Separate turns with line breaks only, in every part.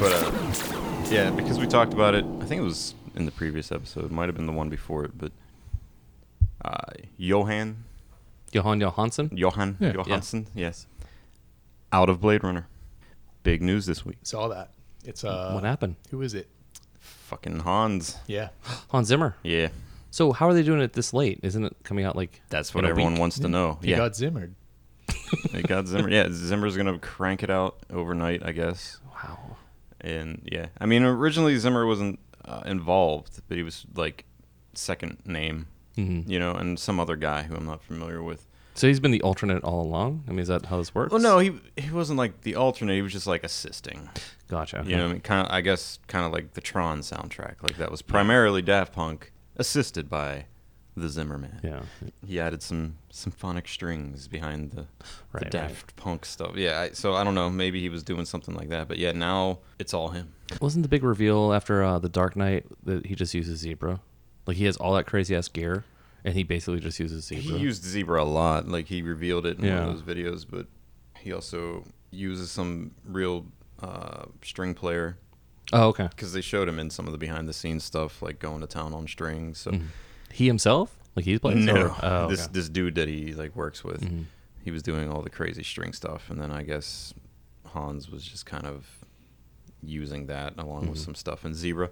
But uh, yeah, because we talked about it, I think it was in the previous episode, might have been the one before it, but uh, Johan,
Johan Johansson.
Johan
Yeah.
Johansson, yes, out of Blade Runner. Big news this week.
Saw that. It's uh.
what happened?
Who is it?
Fucking Hans.
Yeah.
Hans Zimmer.
Yeah,
So how are they doing it this late? Isn't it coming out like
that's what
in a
everyone
week?
wants to know.
He
yeah,
got Zimmered.
they got Zimmer. Yeah, Zimmer's gonna crank it out overnight, I guess.
Wow.
And yeah, I mean, originally Zimmer wasn't uh, involved, but he was like second name, you know, and some other guy who I'm not familiar with.
So he's been the alternate all along. I mean, is that how this works?
Well, no, he he wasn't like the alternate. He was just like assisting.
Gotcha.
You know, what I mean, kind of, I guess, kind of like the Tron soundtrack. Like that was primarily Daft Punk, assisted by the Zimmerman.
Yeah.
he added some symphonic strings behind the,
Right,
the
right.
Daft Punk stuff. Yeah, I, so I don't know. Maybe he was doing something like that, but yeah, now it's all him.
Wasn't the big reveal after uh, the Dark Knight that he just uses zebra? Like he has all that crazy ass gear, and he basically just uses
He
zebra.
used zebra a lot. Like he revealed it in
Yeah.
one of those videos, but he also uses some real uh, string player
oh, okay.
because they showed him in some of the behind the scenes stuff, like going to town on strings. So
Mm-hmm. He himself? Like he's playing?
no,
Or- oh,
this
okay.
this dude that he like works with,
Mm-hmm.
he was doing all the crazy string stuff, and then I guess Hans was just kind of using that along
Mm-hmm.
with some stuff in zebra.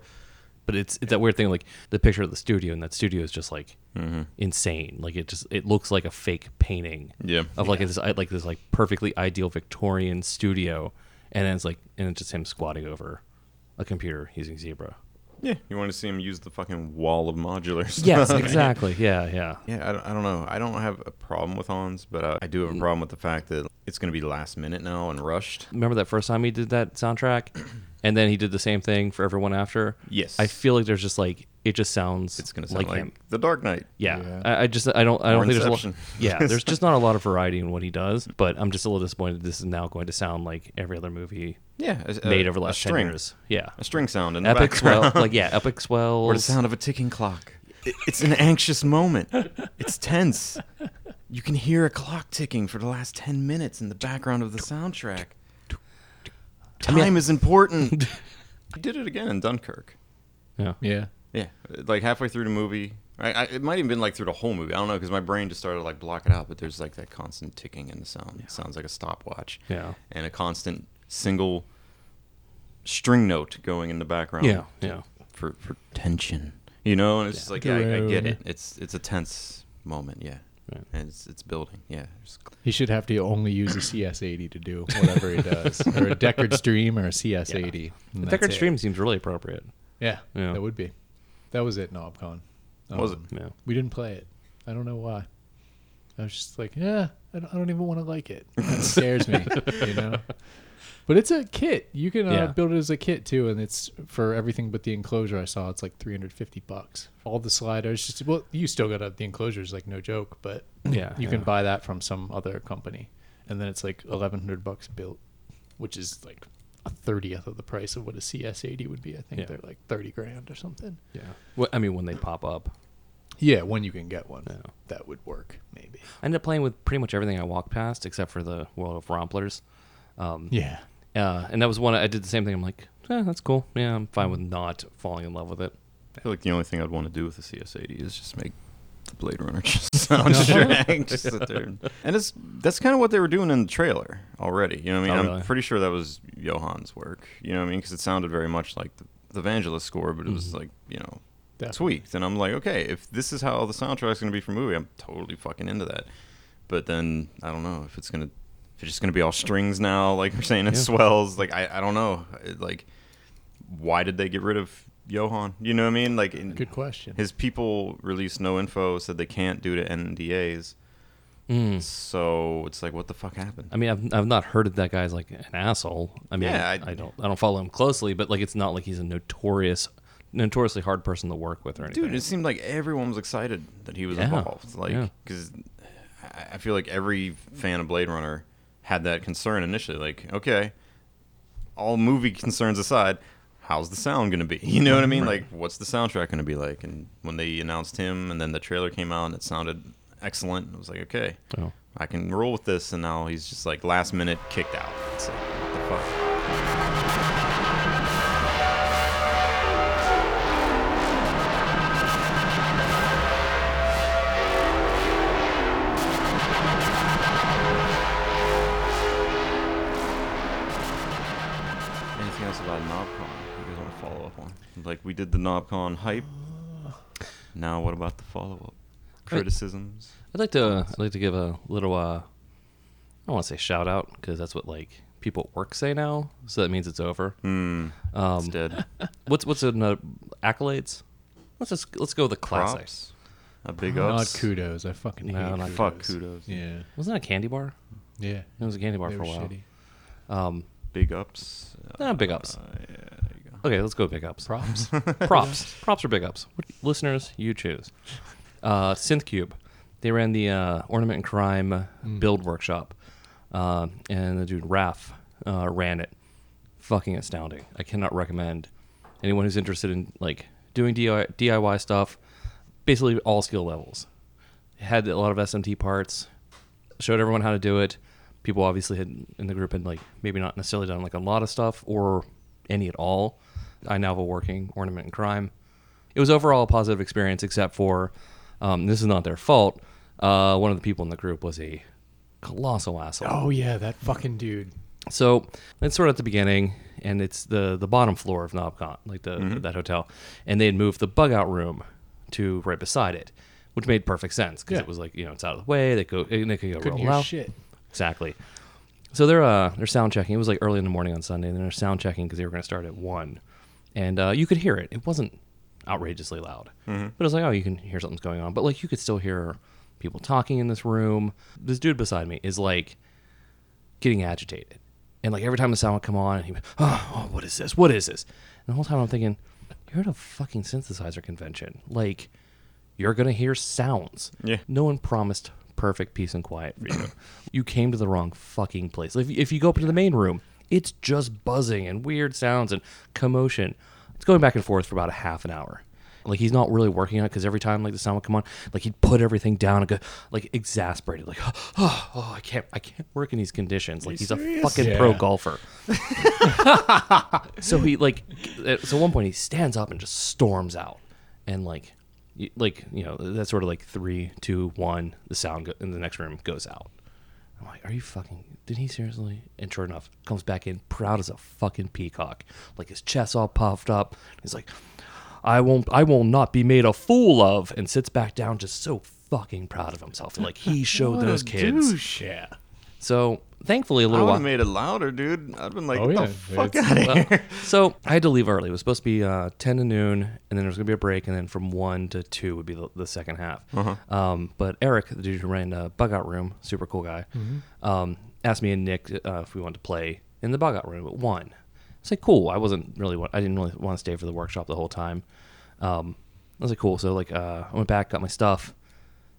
but it's, it's that weird thing like the picture of the studio, and that studio is just like
Mm-hmm.
insane. Like it just it looks like a fake painting.
Yeah.
Of like this like this like perfectly ideal Victorian studio, and then it's like and it's just him squatting over a computer using zebra.
Yeah, you want to see him use the fucking wall of modulars?
Yes, exactly. Yeah, yeah.
Yeah, I don't, I don't know. I don't have a problem with Hans, but uh, I, I do
Mm.
have a problem with the fact that it's going to be last minute now and rushed.
remember that first time he did that soundtrack and then he did the same thing for everyone after
Yes.
i feel like there's just like it just sounds
It's going to sound like,
like, him
The Dark Knight.
yeah,
Yeah.
I, I just i don't i don't
Or
think there's a lot,
Inception.
yeah there's just not a lot of variety in what he does but i'm just a little disappointed this is now going to sound like every other movie
Yeah, a- a-
made over
Uh, a
the last 10
string.
years yeah
A string sound in
epic
the background.
swell like yeah epic swell
or the sound of a ticking clock. It- It's an anxious moment. It's tense. You can hear a clock ticking for the last 10 minutes in the background of the soundtrack. Time is important. he did it again in Dunkirk.
yeah
Yeah.
Yeah, like halfway through the movie. I, I, it might even been like through the whole movie. I don't know because my brain just started to, like block it out. But there's like that constant ticking in the sound. It sounds like a stopwatch.
Yeah.
and a constant single string note going in the background.
yeah yeah
for for tension. You know, and it's just like yeah, I, I get
Drone.
it. It's it's a tense moment. Yeah,
Right.
and it's it's building. Yeah, It's-
He should have to only use a CS80 to do whatever he does, or a Deckard's Dream or a CS80. and that's
deckard
it.
stream seems really appropriate
Yeah,
Yeah.
that would be. That was it, Um, NobCon.
Was it?
yeah
We didn't play it. I don't know why. I was just like, yeah, I don't, I don't even want to like it. It scares me, you know. But it's a kit. You can uh,
Yeah.
build it as a kit too, and it's for everything but the enclosure. I saw it's like three hundred fifty bucks. All the sliders, just well, you still got to the enclosures, like no joke. But
Yeah,
you can
yeah.
buy that from some other company, and then it's like eleven hundred bucks built, which is like a thirtieth of the price of what a CS eighty would be. I think
Yeah.
they're like thirty grand or something.
yeah well, i mean when they pop up
Yeah, when you can get one,
Yeah.
that would work maybe.
i end up playing with pretty much everything i walk past except for the world of romplers
Yeah.
Uh, and that was one I did the same thing. I'm like, eh, that's cool. Yeah, I'm fine with not falling in love with it.
I feel like the only thing I'd want to do with the CS80 is just make the Blade Runner just sound strange. Just sit there. And and it's that's kind of what they were doing in the trailer already. You know what I mean?
Oh,
I'm
really?
pretty sure that was Johan's work. You know what I mean? Because it sounded very much like the, the Vangelis score, but it
Mm-hmm.
was like you know
Definitely.
tweaked. And I'm like, okay, if this is how the soundtrack's gonna be for a movie, I'm totally fucking into that. But then I don't know if it's gonna if it's just gonna be all strings now, like we're saying, it swells. Like I, I don't know. It, like why did they get rid of Johan? You know what I mean? Like in,
Good question.
his people released no info, said they can't due to NDAs. So it's like, what the fuck happened?
I mean, I've, I've not heard of that guy's like an asshole. I mean,
Yeah,
I,
I-
don't I don't follow him closely, but like, it's not like he's a notorious, notoriously hard person to work with or anything.
Dude, it seemed like everyone was excited that he was
Yeah.
involved.
Yeah.
Like, because I I feel like every fan of Blade Runner had that concern initially. Like, okay, all movie concerns aside, how's the sound going to be? You know what I mean? Like, what's the soundtrack going to be like? And when they announced him and then the trailer came out and it sounded excellent, it was like, okay,
Oh.
I can roll with this, and now he's just like last minute kicked out. It's like, what the fuck? Anything else about NobCon you guys want to follow up on? Like we did the NobCon hype. Now what about the follow up? Criticisms.
I'd like to I'd like to give a little uh I don't want to say shout out because that's what like people at work say now, so that means it's over.
Hmm.
Um,
It's dead.
what's what's another accolades? Let's just let's go with the classics.
Props. A big
Not
ups.
kudos. I fucking hate
No, not
kudos.
Fuck kudos.
Yeah,
Wasn't that a candy bar?
yeah.
It was a candy bar
They
for
were
a while.
shitty.
Um,
Big ups.
Nah, big ups.
Uh, yeah, there you go.
okay, let's go big ups.
Props.
props, props or big ups. What, listeners, you choose. Uh, SynthCube, they ran the uh, Ornament and Crime build workshop, uh, and the dude Raf uh, ran it. Fucking astounding. I cannot recommend anyone who's interested in like doing DIY, DIY stuff. Basically, all skill levels. Had a lot of SMT parts. Showed everyone how to do it. People obviously had in the group had like maybe not necessarily done like a lot of stuff or any at all. I now have a working ornament and crime. It was overall a positive experience, except for um, this is not their fault. Uh, one of the people in the group was a colossal asshole.
Oh yeah, that fucking dude.
So it's sort of at the beginning, and it's the the bottom floor of Nobcon, like the
Mm-hmm.
that hotel, and they had moved the bug out room to right beside it, which made perfect sense because
Yeah.
it was like you know it's out of the way. They go and they could go
Couldn't
real
hear
loud.
shit.
Exactly. So they're uh, they're sound checking. It was like early in the morning on Sunday, and they're sound checking because they were going to start at one, and uh, you could hear it. It wasn't outrageously loud, but it was like oh, you can hear something's going on. But like you could still hear people talking in this room. This dude beside me is like getting agitated, and like every time the sound would come on, he would oh, oh what is this? What is this? And the whole time I'm thinking, you're at a fucking synthesizer convention, like. You're gonna hear sounds.
Yeah.
No one promised perfect peace and quiet for you. you came to the wrong fucking place. If, if you go up into the main room, it's just buzzing and weird sounds and commotion. It's going back and forth for about a half an hour. Like he's not really working on it because every time like the sound would come on, like he'd put everything down and go like exasperated, like oh, oh, I can't I can't work in these conditions. Like he's a
serious?
fucking pro
Yeah.
golfer. so he like at so one point he stands up and just storms out and like y- like you know that's sort of like three two one the sound go- in the next room goes out i'm like are you fucking did he seriously and sure enough comes back in proud as a fucking peacock like his chest all puffed up he's like i won't i will not be made a fool of and sits back down just so fucking proud of himself like he showed
What a
those kids
douche, yeah.
so thankfully a
I
little
would
while
have made it louder, dude. I'd been like,
Oh,
get
yeah,
the fuck
it's-
out of here.
so I had to leave early. It was supposed to be uh, ten to noon, and then there was gonna be a break, and then from one to two would be the, the second half. Um, but Eric, the dude who ran uh, Bug Out Room, super cool guy, um, asked me and Nick uh, if we wanted to play in the Bug Out Room at one. I was like, cool. I wasn't really. wa- I didn't really want to stay for the workshop the whole time. Um, I was like, cool. So like, uh, I went back, got my stuff,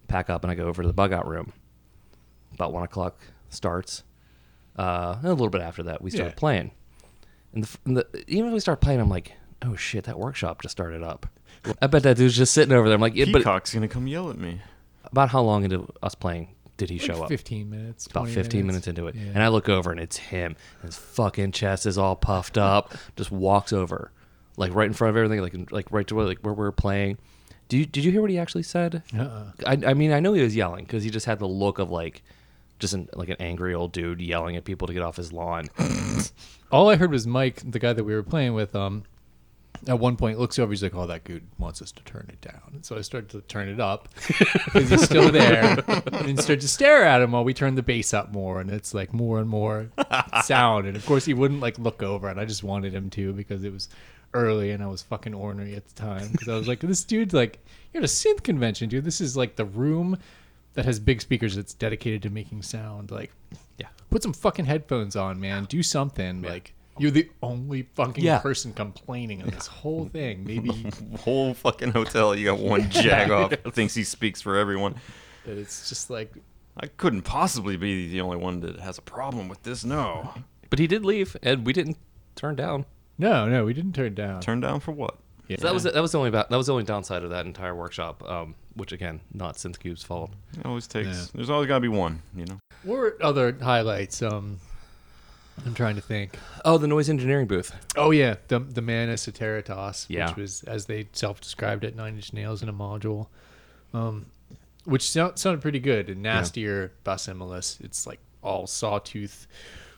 pack up, and I go over to the Bug Out Room. About one o'clock starts. Uh, and a little bit after that, we started
Yeah.
playing. And the, f- and the even when we start playing, I'm like, oh shit, that workshop just started up. I bet that dude's just sitting over there. I'm like, yeah, but
Peacock's gonna come yell at me.
about how long into us playing did he show
Like
up?
Fifteen minutes.
About
20
15 minutes. into it.
Yeah.
And I look over and it's him. His fucking chest is all puffed up, just walks over, like right in front of everything, like like right to where, like where we were playing. Do you, did you hear what he actually said?
Uh-uh.
I, I mean, I know he was yelling because he just had the look of like just an, like an angry old dude yelling at people to get off his lawn.
All I heard was Mike, the guy that we were playing with, um, at one point looks over. He's like, "Oh, that dude wants us to turn it down." And so I started to turn it up because he's still there, and then started to stare at him while we turned the bass up more, and it's like more and more sound. And of course, he wouldn't like look over, and I just wanted him to because it was early and I was fucking ornery at the time because I was like, "This dude, like, you're at a synth convention, dude. This is like the room." That has big speakers that's dedicated to making sound. Like,
Yeah.
put some fucking headphones on, man. Do something. Like you're the only fucking
Yeah.
person complaining on this whole thing. Maybe
Whole fucking hotel. You got one jag off. Thinks he speaks for everyone.
that it's just like
I couldn't possibly be the only one that has a problem with this. No.
But he did leave, and we didn't turn down.
no, no, we didn't turn it down.
Turn down for what?
Yeah.
So that was that was the only about, that was the only downside of that entire workshop. Um, which again, not SynthCube's fault.
It always takes.
Yeah.
There's always got to be one, you know.
What were other highlights? Um, I'm trying to think.
Oh, the noise engineering booth.
Oh yeah, the the Manus Ateritas,
Yeah.
which was as they self-described it, Nine Inch Nails in a module, um, which sound, sounded pretty good. And nastier Basimilus, it's like all sawtooth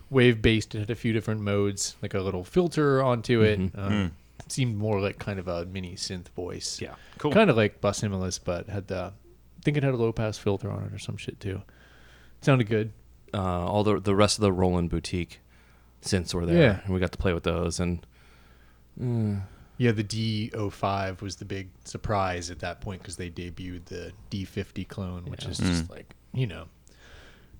wave-based. It had a few different modes, like a little filter onto it. Um, Seemed more like kind of a mini synth voice.
Mm-hmm. Mm. Yeah.
Cool.
Kind of like Basimilus, but had the I think it had a low pass filter on it or some shit too. Sounded good.
Uh, all the the rest of the Roland boutique synths were there,
Yeah.
and we got to play with those. And
Yeah, the D05 was the big surprise at that point because they debuted the D50 clone, which
Hmm.
is just like, you know,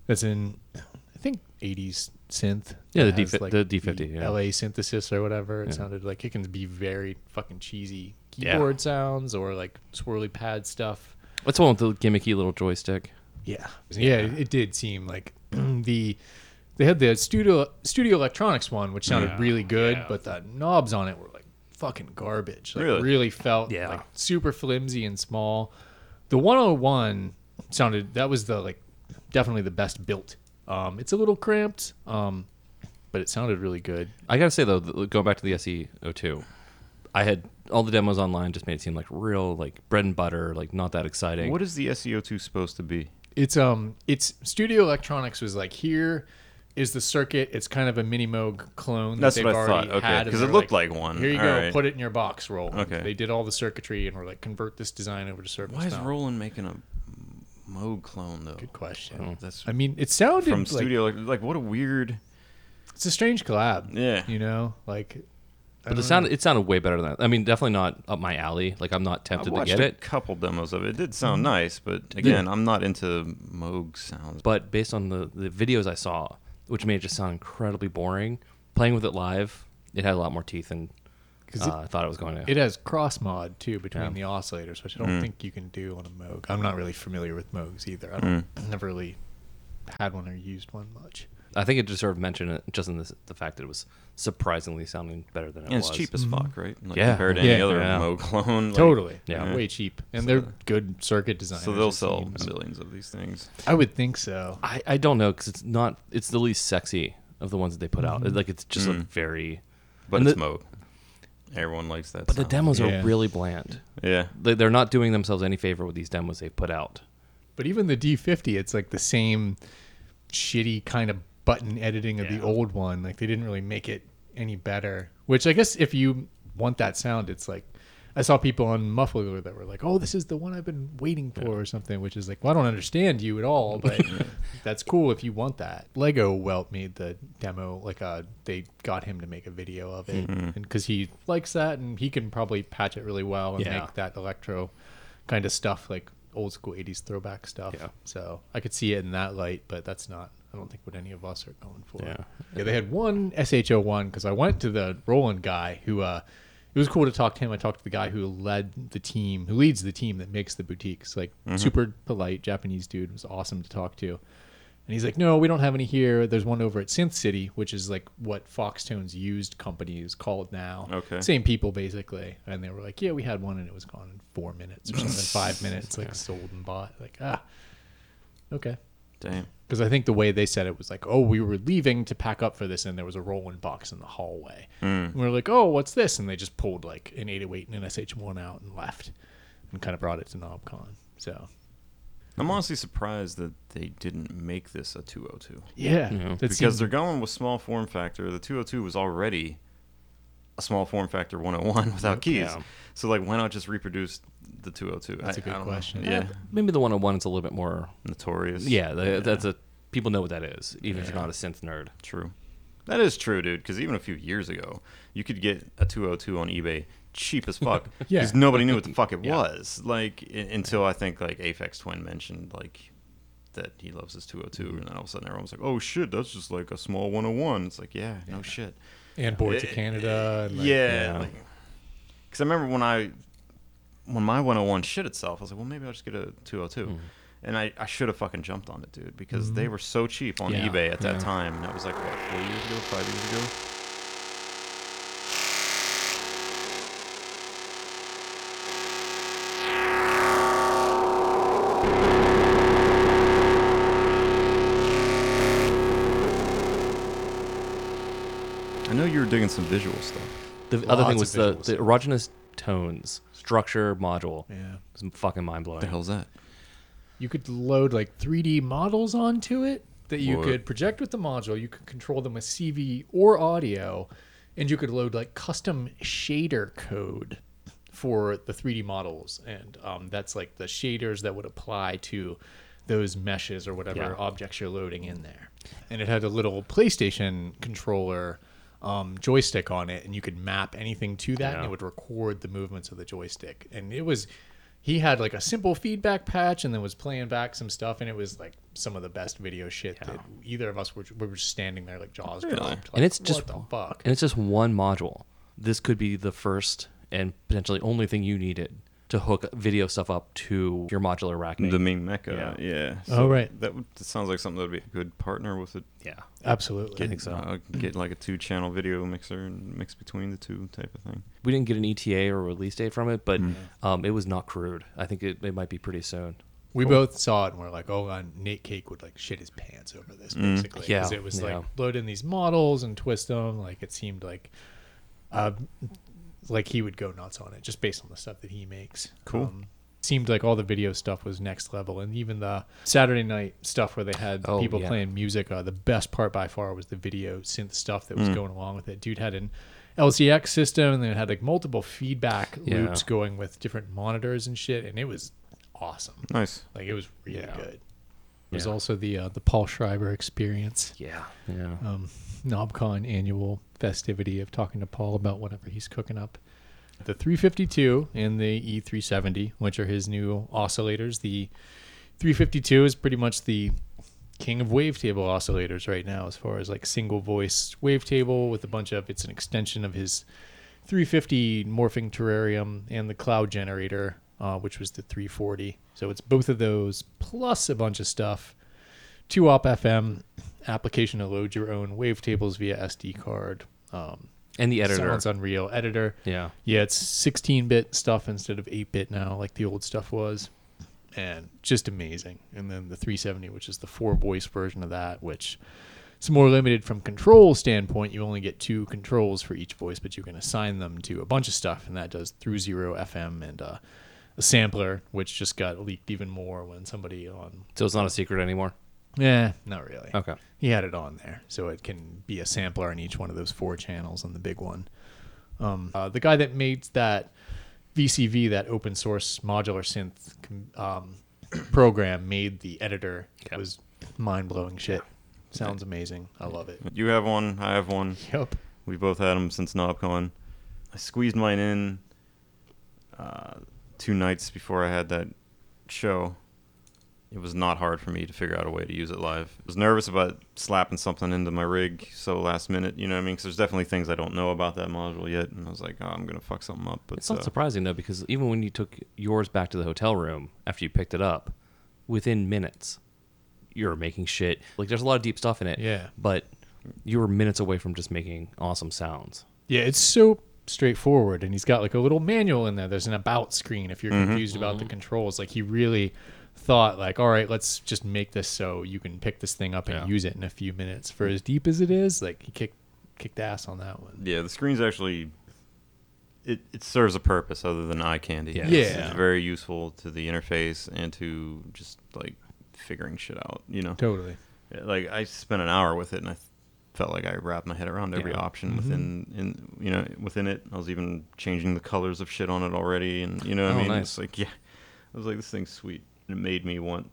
that's in, I think, 80s synth.
Yeah, the
that has,
D50 the D50, yeah.
LA synthesis or whatever. It
Yeah.
sounded like it can be very fucking cheesy
Yeah.
keyboard sounds or like swirly pad stuff.
what's the one with the gimmicky little joystick?
Yeah. Yeah, it did seem like the. They had the studio studio electronics one, which sounded
Yeah,
really good,
yeah.
but the knobs on it were like fucking garbage. Like
Really?
felt
Yeah.
like super flimsy and small. The 101 sounded that was the like definitely the best built. Um, it's a little cramped, um, but it sounded really good.
I gotta say though, th- going back to the SE02, I had all the demos online just made it seem like real, like bread and butter, like not that exciting.
What is the SEO2 supposed to be?
It's um, it's Studio Electronics was like here is the circuit. It's kind of a mini Moog clone.
That's
that they've
what I
already
thought. Okay,
had, and
because
they're
it looked like, one.
Here you
All
go.
right.
Put it in your box, Roland.
Okay.
They did all the circuitry and were like, convert this design over to Surface.
Why is
Mount.
Roland making a mode clone though?
Good question.
That's
I mean, it sounded
Oh. from
like,
studio. Like, like what a weird.
It's a strange collab.
Yeah.
You know, like.
But
I don't
it
know.
sounded it sounded way better than that. I mean, definitely not up my alley. Like I'm not
I
tempted to
watched
get
a
it. Mm-hmm.
couple demos of it. It did sound nice, but again, I'm not into Moog sounds.
But based on the the videos I saw, which made it just sound incredibly boring, playing with it live, it had a lot more teeth than
'Cause it-
uh, I thought it was going to.
It has cross mod too between
Yeah.
the oscillators, which I
Mm.
don't think you can do on a Moog. I'm not really familiar with Moogs either. I
Mm.
don't, I've never really had one or used one much.
I think it deserved mention it just in this, the fact that it was surprisingly sounding better than it
And
was.
it's cheap as fuck, right? Like,
Mm-hmm. Yeah.
Compared to any
Yeah.
other
Yeah.
Moog clone. like-
totally,
Yeah.
way cheap, and they're good circuit designers.
So they'll
it
sell
seems.
millions of these things.
I would think so.
I, I don't know because it's not it's the least sexy of the ones that they put out. Like it's just a very.
But
And
it's
the-
Moog. Everyone likes that.
But the
sound.
demos
Yeah.
are really bland.
Yeah.
They- They're not doing themselves any favor with these demos they've put out.
But even the D50, it's like the same shitty kind of button editing of
Yeah.
the old one. Like they didn't really make it any better. Which I guess if you want that sound, it's like I saw people on Muffler that were like, "Oh, this is the one I've been waiting for" or something, which is like, "Well, I don't understand you at all, but that's cool if you want that." Lego Welt made the demo like uh they got him to make a video of it
Mm-hmm.
and cuz he likes that and he can probably patch it really well and
Yeah.
make that electro kind of stuff like old school 80s throwback stuff.
Yeah.
So I could see it in that light, but that's not, I don't think what any of us are going for.
Yeah.
Yeah. They had one SHO1 because I went to the Roland guy who, uh, it was cool to talk to him. I talked to the guy who led the team, who leads the team that makes the boutiques. Like,
Mm-hmm.
super polite Japanese dude. It was awesome to talk to. And he's like, no, we don't have any here. There's one over at Synth City, which is like what Foxtone's used company is called now.
Okay.
Same people, basically. And they were like, yeah, we had one and it was gone in four minutes or something, five minutes, like sold and bought. Like, ah, okay.
Damn.
Because I think the way they said it was like, oh, we were leaving to pack up for this, and there was a rolling box in the hallway.
Hmm.
And we were like, oh, what's this? And they just pulled like an 808 and an SH1 out and left and kind of brought it to NobCon. So,
I'm honestly surprised that they didn't make this a 202
yeah. that
because
seems-
they're going with small form factor. The 202 was already a small form factor 101 without keys.
Yeah.
So like, why not just reproduce the 202?
That's
a
a good question.
Yeah,
Uh, Maybe the one on one is a little bit more.
notorious.
Yeah, the, that's a people know what that is, even if you're not a synth nerd.
true. That is true, dude. Because even a few years ago, you could get a 202 on eBay cheap as fuck
Yeah.
because nobody knew what the fuck it was. Like i- until I think like Aphex Twin mentioned like that he loves his
Mm-hmm.
202, and then all of a sudden everyone's like, "Oh shit, that's just like a small 101." It's like, yeah, no shit.
and Boards of
Eh,
Canada. And like,
yeah.
yeah, because I remember when I when my 101 shit itself, I was like, well, maybe I'll just get a 202.
Hmm.
And I, I should have fucking jumped on it, dude, because they were so cheap on
Yeah.
eBay at that time. And that was like, what, four years ago, five years ago? I know you were digging some visual stuff.
The other thing
Lots
was
of
the,
visuals.
the erogenous tones structure module. It
Yeah.
was fucking mind
What the
blowing.
hell's that?
You could load like 3D models onto it that you
What?
could project with the module. You could control them with CV or audio, and you could load like custom shader code for the 3D models, and um, that's like the shaders that would apply to those meshes or whatever
Yeah.
objects you're loading in there. And it had a little PlayStation controller um, joystick on it, and you could map anything to that, and
Yeah.
it would record the movements of the joystick. And it was, he had like a simple feedback patch, and then was playing back some stuff, and it was like some of the best video shit that either of us were, we were just standing there like jaws dropped. Like,
And it's just-
what the fuck.
And it's just one module. This could be the first and potentially only thing you needed to hook video stuff up to your modular rack.
The main mecha. Yeah.
Oh, right.
That would, that sounds like something that would be a good partner with it.
yeah.
Absolutely.
I think so.
Uh, get like a two channel video mixer and mix between the two type of thing.
we didn't get an ETA or release date from it, but
Mm-hmm.
um, it was not crude. I think it, it might be pretty soon.
We both saw it and we're like, oh, and Nate Cake would like shit his pants over this basically. 'cause
Mm, Yeah,
it was
yeah.
like load in these models and twist them. Like it seemed like, uh, like he would go nuts on it just based on the stuff that he makes. Um,
Cool.
seemed like all the video stuff was next level, and even the Saturday night stuff where they had
Oh,
people
yeah.
playing music. Uh, the best part by far was the video synth stuff that was
Mm.
going along with it. Dude had an LCX system, and then it had like multiple feedback
Yeah.
loops going with different monitors and shit, and it was awesome.
Nice.
Like it was really
Yeah.
good. There's
Yeah.
also the uh, the Paul Schreiber experience,
Yeah. Yeah.
um, NobCon annual festivity of talking to Paul about whatever he's cooking up. The 352 and the E370, which are his new oscillators. The 352 is pretty much the king of wavetable oscillators right now, as far as like single voice wavetable with a bunch of. It's an extension of his 350 morphing terrarium and the cloud generator, uh, which was the 340. So it's both of those plus a bunch of stuff. Two op FM application to load your own wavetables via SD card. Um,
And the editor.
Sounds unreal. Editor.
yeah.
Yeah, it's 16 bit stuff instead of 8 bit now, like the old stuff was. And just amazing. And then the 370, which is the four voice version of that, which is more limited from control standpoint. You only get two controls for each voice, but you can assign them to a bunch of stuff. And that does through zero FM and uh, a sampler, which just got leaked even more when somebody on.
So it's not a secret anymore.
Yeah, not really.
Okay.
He had it on there, so it can be a sampler in each one of those four channels on the big one. Um, uh, the guy that made that VCV, that open source modular synth com- um, program, made the editor.
Yeah.
It was mind blowing shit. Sounds amazing. I love it.
You have one. I have one.
Yep.
We both had them since NobCon. I squeezed mine in uh, two nights before I had that show. It was not hard for me to figure out a way to use it live. I was nervous about slapping something into my rig so last minute, you know what I mean? 'Cause there's definitely things I don't know about that module yet, and I was like, oh, I'm gonna fuck something up. But
It's not
uh,
surprising, though, because even when you took yours back to the hotel room after you picked it up, within minutes, you're making shit. Like, there's a lot of deep stuff in it.
Yeah.
But you were minutes away from just making awesome sounds.
Yeah, it's so straightforward, and he's got like a little manual in there. There's an about screen if you're confused about the controls. Like he really thought, like, all right, let's just make this so you can pick this thing up and
Yeah.
use it in a few minutes. For as deep as it is, like he kicked kicked ass on that one.
yeah, the screen's actually it, it serves a purpose other than eye candy.
Yeah.
It's-
Yeah.
it's very useful to the interface and to just like figuring shit out, you know.
Totally.
like I spent an hour with it and I felt like I wrapped my head around every
Yeah.
option within in you know within it. I was even changing the colors of shit on it already and you know what
Oh,
I mean
nice.
it's like yeah. I was like this thing's sweet. And it made me want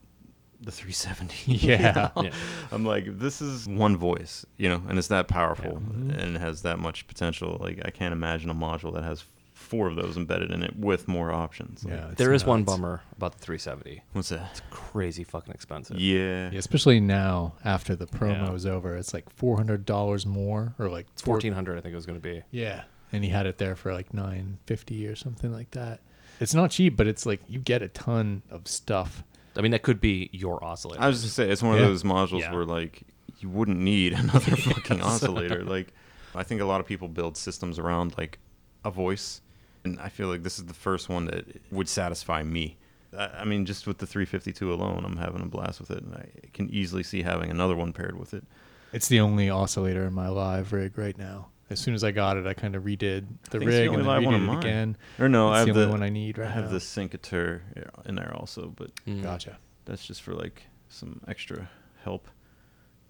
the 370.
Yeah.
Yeah.
I'm like this is one voice, you know, and it's that powerful and it has that much potential. Like I can't imagine a module that has four of those embedded in it with more options. Like,
Yeah, it's
there is one
nuts.
bummer about the 370.
What's that?
Crazy fucking expensive.
Yeah.
Yeah, especially now after the promo
Yeah.
is over, it's like four hundred dollars more, or like four-
1400 I think it was going to be.
Yeah, and he had it there for like nine fifty or something like that. It's not cheap, but it's like you get a ton of stuff.
I mean, that could be your oscillator.
I was just say it's one
Yeah.
of those modules
Yeah.
where like you wouldn't need another fucking oscillator. Like I think a lot of people build systems around like a voice, and I feel like this is the first one that would satisfy me. I I mean, just with the 352 alone, I'm having a blast with it, and I can easily see having another one paired with it.
It's the only oscillator in my live rig right now. as soon as I got it, I kind of redid the
think it's the
rig
only
and then
live one of
redid it
mine.
again.
Or no,
It's
I have
the
the,
only one I need right
I have
now.
the Syncator in there also, but
Mm.
Gotcha.
that's just for like some extra help.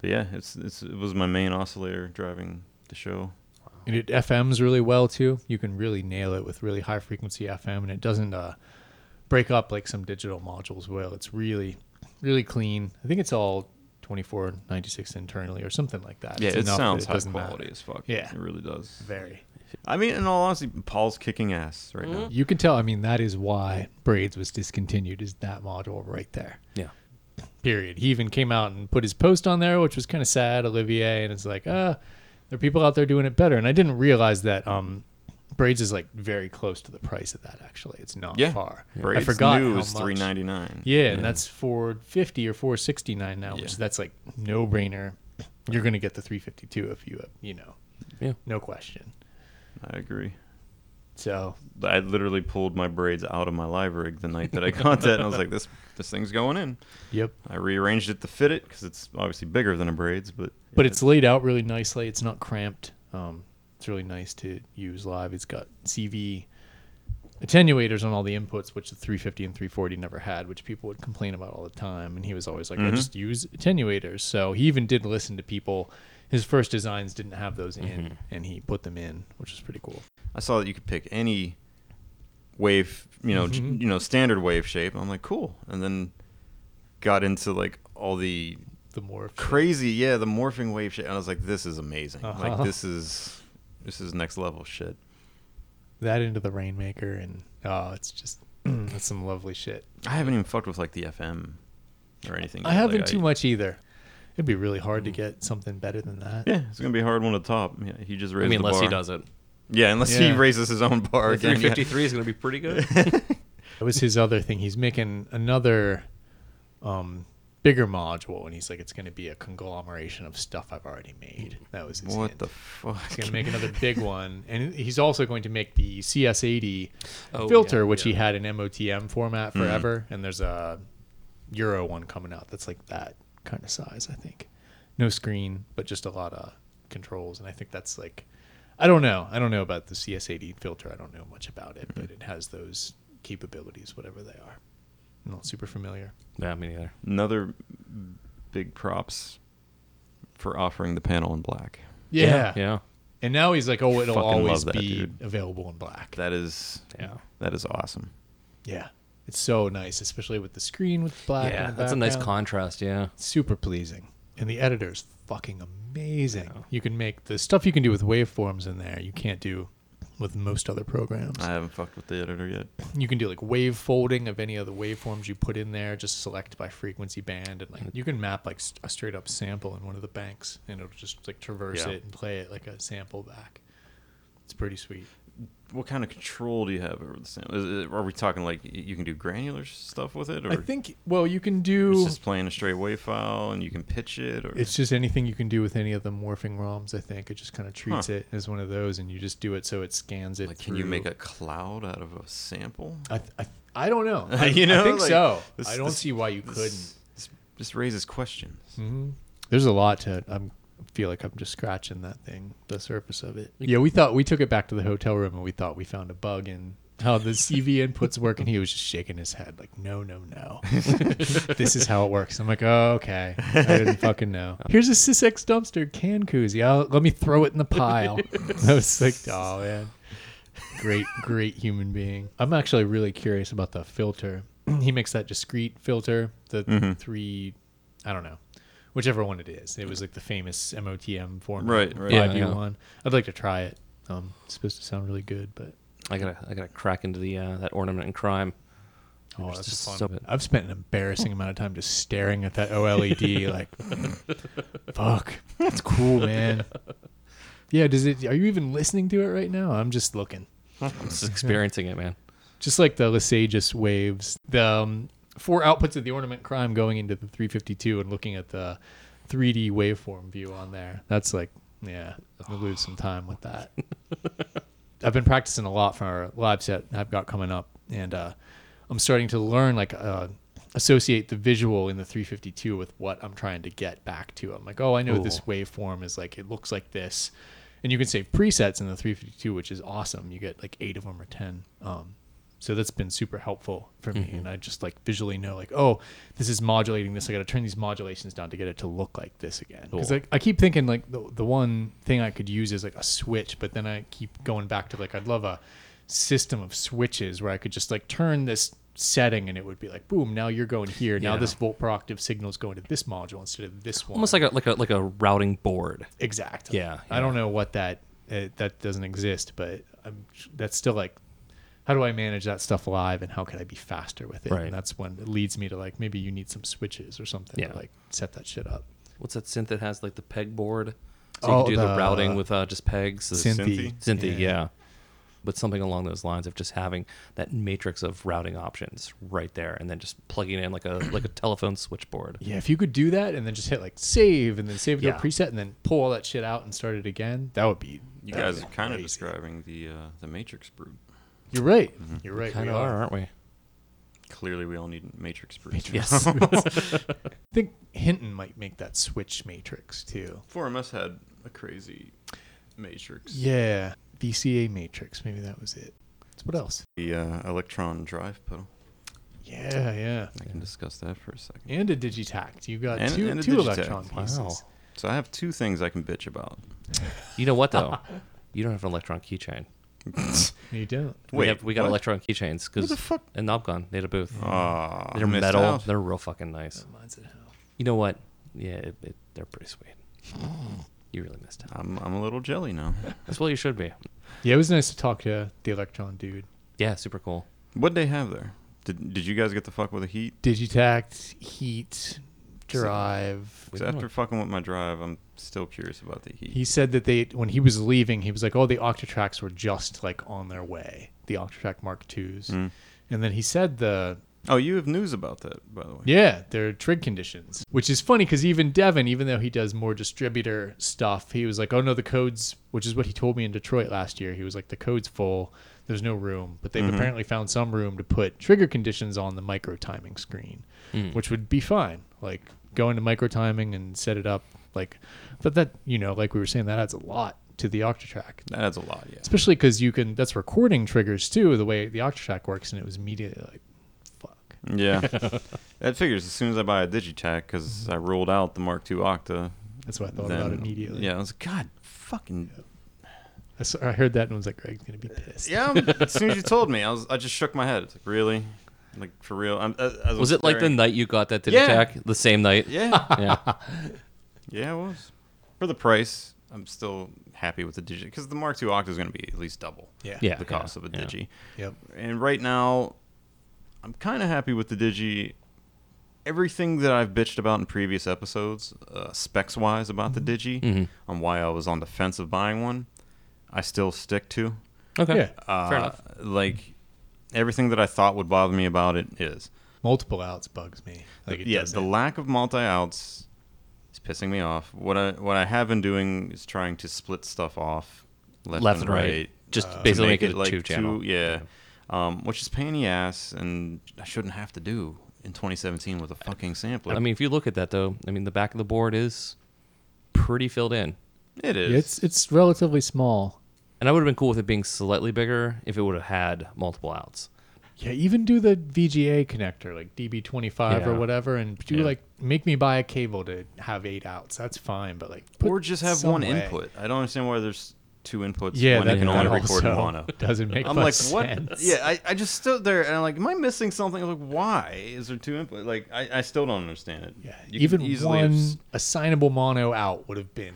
But yeah, it's it's it was my main oscillator driving the show.
And it FMs really well too. You can really nail it with really high frequency FM, and it doesn't uh, break up like some digital modules will. It's really, really clean. I think it's all 24, 96 internally or something like that.
Yeah,
It's
it
enough that
sounds high
doesn't matter.
quality as fuck.
Yeah.
it really does.
Very.
I mean, in all honesty, Paul's kicking ass right now.
You can tell. I mean, that is why Braids was discontinued. Is that module right there?
Yeah.
period. He even came out and put his post on there, which was kind of sad, Olivier. And it's like, ah, there are people out there doing it better. And I didn't realize that um, Braids is like very close to the price of that. Actually, it's not
Yeah.
far.
Braid's
I forgot
new
how
is
much.
three ninety nine.
Yeah, and that's four fifty or four sixty nine now,
Yeah.
which that's like no brainer. You're gonna get the three fifty two if you uh, you know,
Yeah.
no question.
I agree.
So
I literally pulled my braids out of my live rig the night that I got that, and I was like, "This this thing's going in."
yep.
I rearranged it to fit it because it's obviously bigger than a braids, but
but it's laid out really nicely. It's not cramped. Um, it's really nice to use live. It's got CV attenuators on all the inputs, which the 350 and 340 never had, which people would complain about all the time. And he was always like,
Mm-hmm.
I just use attenuators. So he even did listen to people. His first designs didn't have those in,
Mm-hmm.
and he put them in, which is pretty cool.
I saw that you could pick any wave, you know, j-
Mm-hmm.
you know, standard wave shape. I'm like, cool, and then got into like all the
The more
crazy, yeah, the morphing wave shape, and I was like, "This is amazing!
Uh-huh.
Like this is this is next level shit."
that into the Rainmaker, and oh, it's just that's some lovely shit.
I haven't even fucked with like the FM or anything.
I
yet.
haven't
Like,
too
I- Mm.
much either. It'd be really hard to get something better than that.
Yeah, it's gonna be a hard one to top. Yeah, he just
I
raised
mean,
the
unless he
bar.
does it.
Yeah, unless he
Yeah.
raises his own bar
The
again. yeah.
353 is going to be pretty good.
That was his other thing. He's making another um, bigger module, and he's like, it's going to be a conglomeration of stuff I've already made. That was his
What
hint.
the fuck?
He's going to make another big one, and he's also going to make the CS80
Oh,
filter,
yeah,
which he
yeah.
had in MOTM format forever. And there's a Euro one coming out that's like that kind of size, I think. No screen, but just a lot of controls, and I think that's like, I don't know. I don't know about the CS80 filter. I don't know much about it, but it has those capabilities, whatever they are. I'm not super familiar.
yeah, me neither.
Another big props for offering the panel in black.
Yeah.
Yeah.
And now he's like, oh, it'll
Fucking love
always
that,
be
dude.
available in black.
That is
Yeah.
that is awesome.
Yeah. It's so nice, especially with the screen with black.
Yeah.
in the
That's a nice
background.
contrast. Yeah.
Super pleasing. And the editor's fucking amazing. You can make the stuff you can do with waveforms in there, you can't do with most other programs.
I haven't fucked with the editor yet.
You can do like wave folding of any of the waveforms you put in there, just select by frequency band and like you can map like st- a straight up sample in one of the banks and it'll just like traverse
Yeah.
it and play it like a sample back. It's pretty sweet.
What kind of control do you have over the sample? Is it, are we talking like y- you can do granular stuff with it, or
I think well you can do
it's just playing a straight wave file and you can pitch it, or
It's just anything you can do with any of the morphing ROMs. I think it just kind of treats
Huh.
it as one of those, and you just do it so it scans it.
like can you
through.
make a cloud out of a sample?
I, th- I, th- I don't know. I,
You know,
I think
like,
so.
this-
I don't
this-
see why you
This-
couldn't. Mm-hmm.
This, this raises questions.
There's a lot to. I'm I feel like I'm just scratching that thing, the surface of it. Yeah, we thought we took it back to the hotel room, and we thought we found a bug in how the CV inputs work, and he was just shaking his head like, no, no, no. this is how it works. I'm like, oh, okay. I didn't fucking know. Here's a sysx dumpster can koozie. I'll, let me throw it in the pile. I was like, oh man, great, great human being. I'm actually really curious about the filter. he makes that discrete filter, the three, I don't know, whichever one it is. It was like the famous MOTM form,
Right, right.
Yeah,
Five
yeah.
one. I'd like to try it. Um, it's supposed to sound really good, but
I gotta, I gotta crack into the uh, that ornament and crime.
Oh,
Just
that's fun.
sub it.
I've spent an embarrassing amount of time just staring at that OLED, like, fuck, that's cool, man. Yeah, does it? Are you even listening to it right now? I'm just looking,
I'm just experiencing it, man.
just like the Lysages waves, the um, four outputs of the ornament crime going into the 352 and looking at the 3D waveform view on there. That's like, yeah, we lose some time with that. I've been practicing a lot for our live set I've got coming up, and uh, I'm starting to learn like uh, associate the visual in the 352 with what I'm trying to get back to. I'm like, oh, I know this waveform is like it looks like this, and you can save presets in the 352, which is awesome. You get like eight of them or ten. Um, so that's been super helpful for me,
Mm-hmm.
and I just like visually know like, oh, this is modulating this. I got to turn these modulations down to get it to look like this again. Because
Cool.
like I keep thinking like the the one thing I could use is like a switch, but then I keep going back to like I'd love a system of switches where I could just like turn this setting and it would be like boom now you're going here now
Yeah.
this volt per octave signal is going to this module instead of this one
Almost like a like a like a routing board.
Exactly.
Yeah,
I don't know what that uh, that doesn't exist, but I'm, that's still like, how do I manage that stuff live, and how can I be faster with it?
Right.
And that's when it leads me to like maybe you need some switches or something
Yeah.
to like set that shit up.
What's that synth that has like the peg board? So
Oh,
you can do the,
the
routing with uh, just pegs. It's-
Synthy?
Cynthia, yeah. But something along those lines of just having that matrix of routing options right there, and then just plugging in like a like a telephone switchboard.
Yeah, if you could do that and then just hit like save and then save to
Yeah.
a preset and then pull all that shit out and start it again, that would be.
You
that would
guys
be
are kind of
crazy.
describing the uh, the Matrix brute.
You're right.
Mm-hmm.
You're right.
Kind
we
of are, aren't we?
Clearly, we all need Matrix brutes.
Yes.
I think Hinton might make that switch matrix too.
4MS had a crazy Matrix.
Yeah, VCA matrix. Maybe that was it. So What else?
The uh, electron drive pedal.
Yeah, yeah.
I can discuss that for a second.
and a Digitact. You got
And-
two
and a
two
Digitact.
electron pieces.
Wow.
So I have two things I can bitch about.
You know what though? you don't have an electron keychain.
No, You don't.
we, have, we got
what?
electron keychains because
the fuck? Oh,
in Nobcon they had a booth.
Aw,
they're
missed
metal.
out.
They're real fucking nice.
Mine's at home.
You know what? Yeah, it, it, they're pretty sweet. You really missed out.
I'm, I'm a little jelly now.
That's what you should be.
Yeah, it was nice to talk to the electron dude.
Yeah, super cool.
What'd they have there? Did, did you guys get the fuck with the heat?
Digitact, heat, drive.
'Cause
We don't.
after fucking with my drive, I'm still curious about the heat.
He said that they when he was leaving, he was like, "Oh, the Octatracks were just like on their way, the Octatrack Mark Twos."
Mm.
And then he said the
oh, you have news about that, by the way.
Yeah, they're trig conditions, which is funny because even Devin, even though he does more distributor stuff, he was like, "Oh no, the codes," which is what he told me in Detroit last year. He was like, "The code's full. There's no room," but they've apparently found some room to put trigger conditions on the micro timing screen,
Hmm. Mm.
which would be fine. Like go into micro timing and set it up. Like, but that you know, like we were saying, that adds a lot to the Octatrack
That adds a lot, yeah.
especially because you can that's recording triggers too the way the octatrack works and it was immediately like fuck
Yeah. that figures as soon as I buy a Digitech, because I ruled out the Mark II Octa.
that's what i thought
then-
about immediately
Yeah, I was like, God, fucking.
I, saw, I heard that and was like, Greg's gonna be pissed.
Yeah, I'm- as soon as you told me, I was I just shook my head. It's like, really? Like, for real? I'm, as, as I'm
Was it like the
staring-
night you got that
Yeah.
Digitac? The same night?
Yeah.
yeah.
Yeah, it was. For the price, I'm still happy with the Digi because the Mark II Octa is going to be at least double
Yeah.
Yeah.
the cost of a
yeah.
Digi.
Yep.
And right now, I'm kind of happy with the Digi. Everything that I've bitched about in previous episodes, uh, specs wise, about the Digi,
Mm-hmm.
on why I was on the fence of buying one, I still stick to.
Okay.
Yeah.
Uh,
Fair enough.
Like everything that I thought would bother me about it is.
Multiple outs bugs me. Like it
yeah,
does
the lack of multi outs is pissing me off. What I what I have been doing is trying to split stuff off left,
Left and right. Just
to
basically
uh, make
make it a two channel.
yeah, Um, which is pain in the ass, and I shouldn't have to do in 2017 with a fucking sampler.
I mean, if you look at that though, I mean the back of the board is pretty filled in,
it is.
It's it's relatively small.
and I would have been cool with it being slightly bigger if it would have had multiple outs.
Yeah, even do the VGA connector, like DB twenty five or
Yeah.
whatever, and do
Yeah.
like make me buy a cable to have eight outs. That's fine, but like put
or just have
some
one
way.
input. I don't understand why there's two inputs.
Yeah,
when
that
you can only
that
record
also
mono.
Doesn't make
I'm
much
like,
sense.
what? Yeah, I, I just stood there and I'm like, am I missing something? Like, why is there two input? Like, I, I still don't understand it.
Yeah,
You could
even
easily have
one
s-
assignable mono out would have been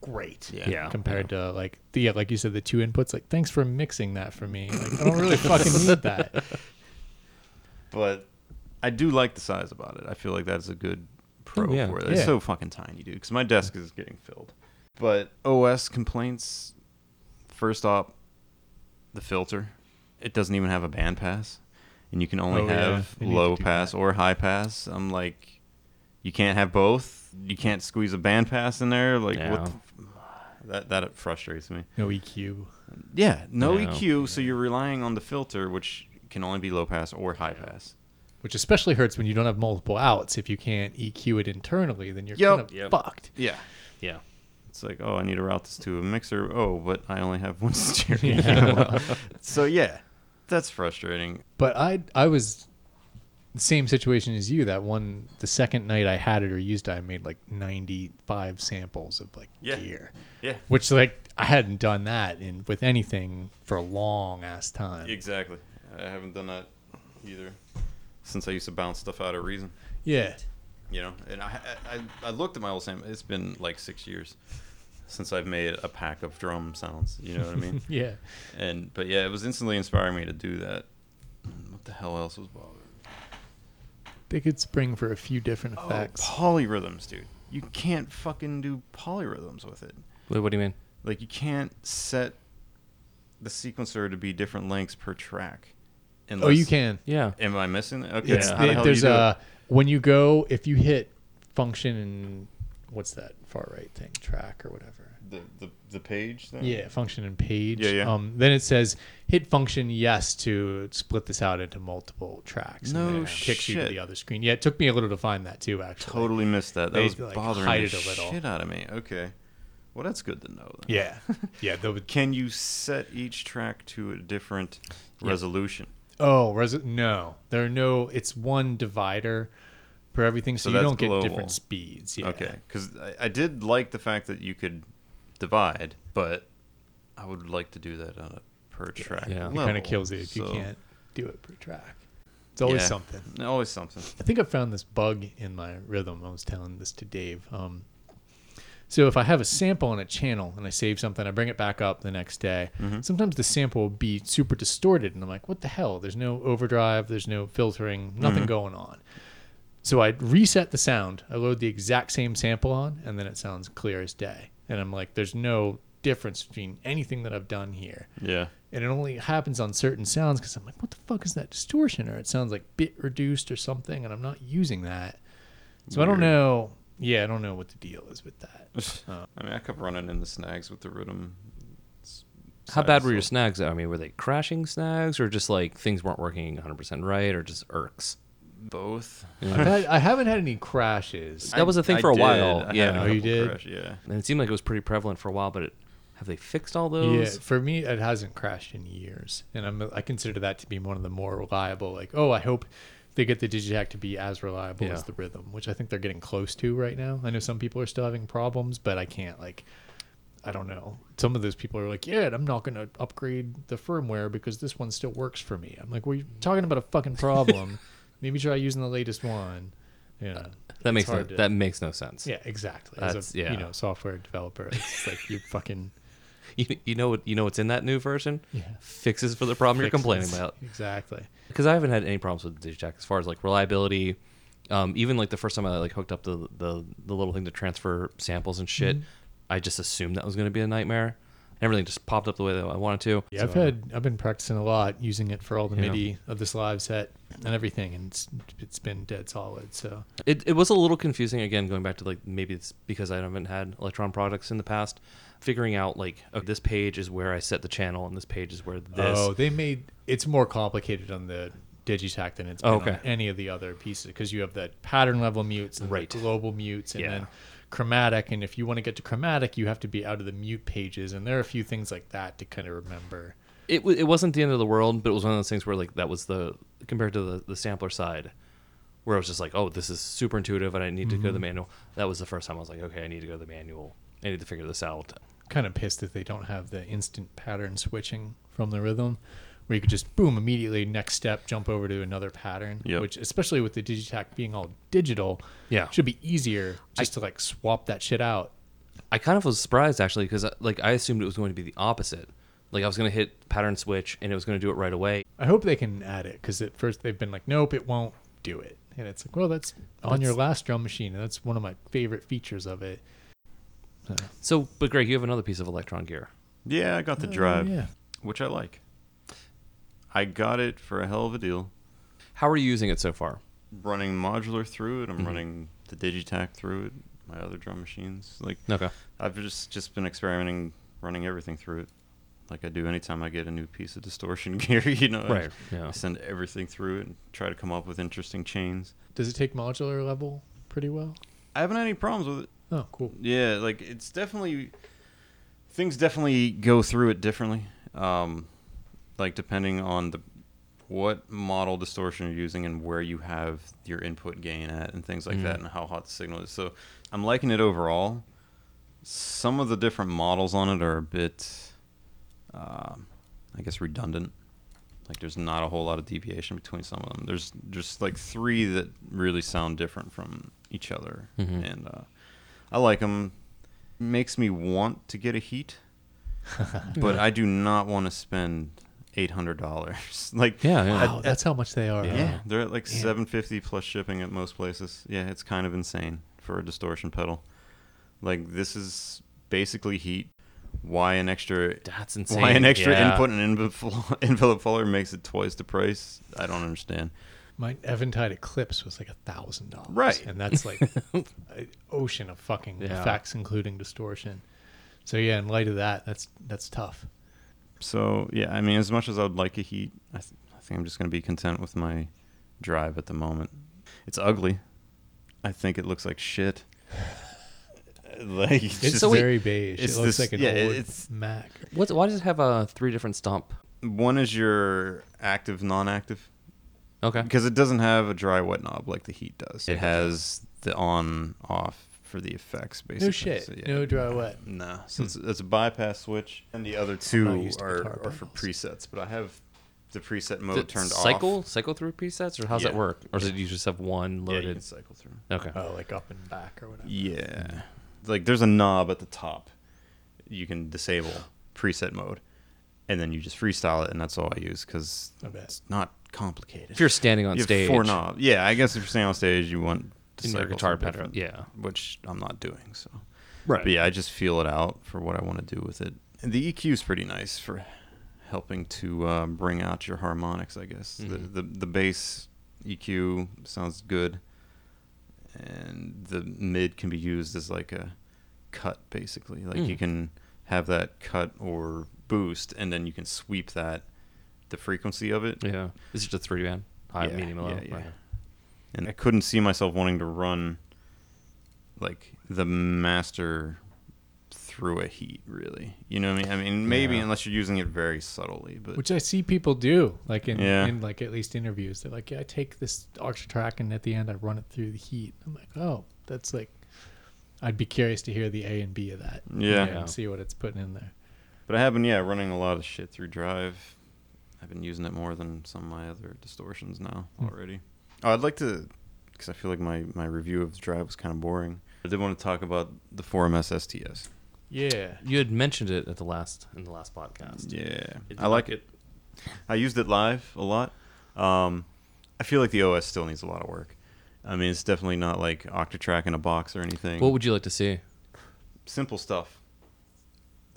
great.
Yeah. Yeah.
Compared to like the yeah, like you said, the two inputs. Like, thanks for mixing that for me. Like, I don't really fucking need that.
but I do like the size about it. I feel like that's a good pro
Oh, yeah.
for it. It's
Yeah.
so fucking tiny, dude. Because my desk is getting filled. But OS complaints. First up, the filter. It doesn't even have a band pass, and you can only
Oh, yeah.
have
They need to
low
do
pass or high pass. I'm like, you can't have both. You can't squeeze a band pass in there. Like
Yeah.
what? The, that that frustrates me.
No E EQ.
Yeah, no
Yeah.
EQ, so you're relying on the filter, which can only be low pass or high pass.
Which especially hurts when you don't have multiple outs. If you can't EQ it E internally, then you're
Yep.
kind of
Yep.
fucked.
Yeah.
Yeah.
It's like, oh, I need to route this to a mixer. Oh, but I only have one steering wheel. so yeah, that's frustrating.
But I I was the same situation as you. That one, the second night I had it or used it, I made like 95 samples of like
Yeah.
gear,
Yeah,
which like I hadn't done that in with anything for a long ass time.
exactly. I haven't done that either since I used to bounce stuff out of Reason.
Yeah.
you know and I, I i looked at my old sam it's been like six years since i've made a pack of drum sounds you know what i mean
Yeah.
and but yeah it was instantly inspiring me to do that what the hell else was bothering me?
They could spring for a few different
Oh,
effects.
polyrhythms dude you can't fucking do polyrhythms with it
What what do you mean?
like you can't set the sequencer to be different lengths per track
Oh, you can.
Yeah.
am i missing that okay
Yeah.
It's
how
the-
the hell do
there's
you do it?
a when you go if you hit function and what's that far right thing track or whatever.
the, the, the page thing?
Yeah, function and page.
Yeah, yeah.
Um, then it says hit function yes to split this out into multiple tracks.
No
and then it kicks you to
shit.
the other screen. Yeah, it took me a little to find that too. Actually,
Totally missed that. That
They,
was
like,
bothering
hide
the
it a little.
shit out of me. Okay. Well, that's good to know. Then.
Yeah, yeah. Though,
Can you set each track to a different resolution?
oh, res- no, there are no. It's one divider for everything, so,
So
you
that's
don't get
global.
different speeds. Yeah.
Okay. Because I, I did like the fact that you could divide, but I would like to do that on a per track.
Yeah. It
It kind
level,
of kills it if you
so-
can't do it per track. It's always
Yeah.
something.
Always something.
I think I found this bug in my rhythm. I was telling this to Dave. Um, so if I have a sample on a channel and I save something, I bring it back up the next day. Sometimes the sample will be super distorted, and I'm like, "What the hell? There's no overdrive. There's no filtering. Nothing going on." So I reset the sound. I load the exact same sample on, and then it sounds clear as day. And I'm like, "There's no difference between anything that I've done here."
Yeah.
and it only happens on certain sounds because I'm like, what the fuck is that distortion? Or it sounds like bit reduced or something, and I'm not using that. So I don't
Weird.
know. Yeah, I don't know what the deal is with that.
Uh, I mean, I kept running into snags with the rhythm. s-
How
side,
bad were your
so-
snags? I mean, were they crashing snags or just like things weren't working 100% right or just irks?
Both.
I've had, I haven't had any crashes.
That was a thing for a
did.
while,
I had
yeah.
a
Oh, you
couple
did?
crash- Yeah.
And it seemed like it was pretty prevalent for a while, but it, have they fixed all
Yeah,
those?
for me, it hasn't crashed in years, and I'm I consider that to be one of the more reliable. Like, oh, I hope they get the DigiHack to be as reliable
Yeah.
as the rhythm, which I think they're getting close to right now. I know some people are still having problems, but I can't like. I don't know. Some of those people are like, "Yeah, I'm not going to upgrade the firmware because this one still works for me." I'm like, "Well, you're talking about a fucking problem. Maybe try using the latest one." Yeah,
That makes no,
hard to-
that makes no sense.
yeah, exactly. As
That's-
a
yeah.
you know software developer, it's just like you fucking
You, you know what you know what's in that new version?
Yeah.
Fixes for the problem you're
fix
complaining
this.
about.
Exactly.
because I haven't had any problems with the DigiJack as far as like reliability. Um, even like the first time I like hooked up the the, the little thing to transfer samples and shit,
Mm-hmm.
I just assumed that was going to be a nightmare. Everything just popped up the way that I wanted to.
Yeah, I've had I've been practicing a lot using it for all the
Yeah.
MIDI of this live set and everything, and it's it's been dead solid. So
It, it was a little confusing again going back to like maybe it's because I haven't had Electron products in the past. Figuring out like oh, this page is where I set the channel and this page is where this.
oh, they made it's more complicated on the Digitac than it's been
Oh, okay.
on any of the other pieces because you have the pattern level mutes and
Right.
the global mutes and
Yeah.
then chromatic, and if you want to get to chromatic, you have to be out of the mute pages, and there are a few things like that to kind of remember.
it, w- it wasn't the end of the world, but it was one of those things where like that was the compared to the, the sampler side, where I was just like, oh, this is super intuitive, and I need to go to the manual. That was the first time I was like, okay, I need to go to the manual. I need to figure this out.
kind of pissed that they don't have the instant pattern switching from the rhythm where you could just boom immediately next step jump over to another pattern
Yep.
which especially with the digitac being all digital
Yeah.
should be easier just to like swap that shit out
I kind of was surprised actually because like I assumed it was going to be the opposite. Like I was going to hit pattern switch and it was going to do it right away.
i hope they can add it because at first they've been like nope it won't do it and it's like well that's on your
That's-
last drum machine and that's one of my favorite features of it
So, but Greg, you have another piece of Electron gear.
Yeah, I got the drive,
Oh, yeah
which I like. I got it for a hell of a deal.
How are you using it so far?
running modular through
Mm-hmm.
it. I'm running the Digitac through it. My other drum machines. Like
Okay.
I've just just been experimenting, running everything through it, like I do anytime I get a new piece of distortion gear. You know, I
Right,
just-
yeah.
I send everything through it and try to come up with interesting chains.
does it take modular level pretty well
I haven't had any problems with it.
Oh, cool.
Yeah, like it's definitely things definitely go through it differently. Um, like depending on the what model distortion you're using and where you have your input gain at and things like that and how hot the signal is. So I'm liking it overall. Some of the different models on it are a bit, um, I guess, redundant. Like there's not a whole lot of deviation between some of them. There's just like three that really sound different from each other, and uh, I like them. Makes me want to get a heat, but I do not want to spend eight hundred dollars. like
Yeah, yeah.
Wow, that's how much they are.
yeah,
huh?
they're at like seven fifty plus shipping at most places. Yeah, it's kind of insane for a distortion pedal. Like this is basically heat. Why an extra?
That's
Why an
insane.
extra
Yeah.
input and envelope envelope folder makes it twice the price? I don't understand.
My Eventide Eclipse was like a thousand dollars,
Right.
And that's like an ocean of fucking
Yeah.
effects, including distortion. So yeah, in light of that, that's that's tough.
So yeah, I mean, as much as I would like a heat, I, th- I think I'm just gonna be content with my drive at the moment. It's ugly. I think it looks like shit. like
It's
just-
very beige.
it's
it looks
this-
like an
yeah,
old
it's-
Mac.
What's, why does it have uh, three different stomp?
one is your active, non-active.
Okay.
because it doesn't have a dry wet knob like the heat does. It has the on off for the effects basically.
No shit.
So,
No Hmm. dry wet.
No. So it's, it's a bypass switch, and the other two
used to guitar
are, are for
pedals.
presets. But I have the preset mode
Th-
turned
cycle
off.
cycle through presets, or how's that
Yeah.
work? Or is it you just have one
Yeah, you
loaded?
can uh, cycle through.
okay.
Oh, like up and back or whatever.
Yeah.
Hmm.
Like there's a knob at the top. You can disable preset mode, and then you just freestyle it, and that's all I use because
I bet.
it's not complicated.
If you're standing on
You have
stage,
four knobs. Yeah, I guess if you're standing on stage, you want to
In your
cycle
guitar
through
pedal,
different-
yeah.
which I'm not doing. So,
Right.
But yeah, I just feel it out for what I want to do with it. And the EQ is pretty nice for helping to uh, bring out your harmonics. I guess
Mm-hmm.
the, the the bass EQ sounds good, and the mid can be used as like a cut, basically. Like you
Mm.
can have that cut or boost, and then you can sweep that the frequency of it
yeah, it's just a three band, high, medium, low.
yeah, yeah.
right.
And I couldn't see myself wanting to run like the master through a heat, really. You know what I mean? I mean, maybe
Yeah.
unless you're using it very subtly, but
Which I see people do, like in,
Yeah.
in like at least interviews. They're like, yeah, I take this orchestra track and at the end I run it through the heat. I'm like, oh, that's like, I'd be curious to hear the A and B of that.
Yeah.
Yeah.
And see what it's putting in there.
but I have been yeah running a lot of shit through Drive. I've been using it more than some of my other distortions now
Hmm.
already. Oh, I'd like to because I feel like my my review of Drive was kind of boring. I did want to talk about the 4MS STS.
Yeah.
You had mentioned it at the last in the last podcast.
Yeah,
It
I like it. I used it live a lot. Um, I feel like the OS still needs a lot of work. I mean, it's definitely not like Octatrack in a box or anything.
What would you like to see?
Simple stuff,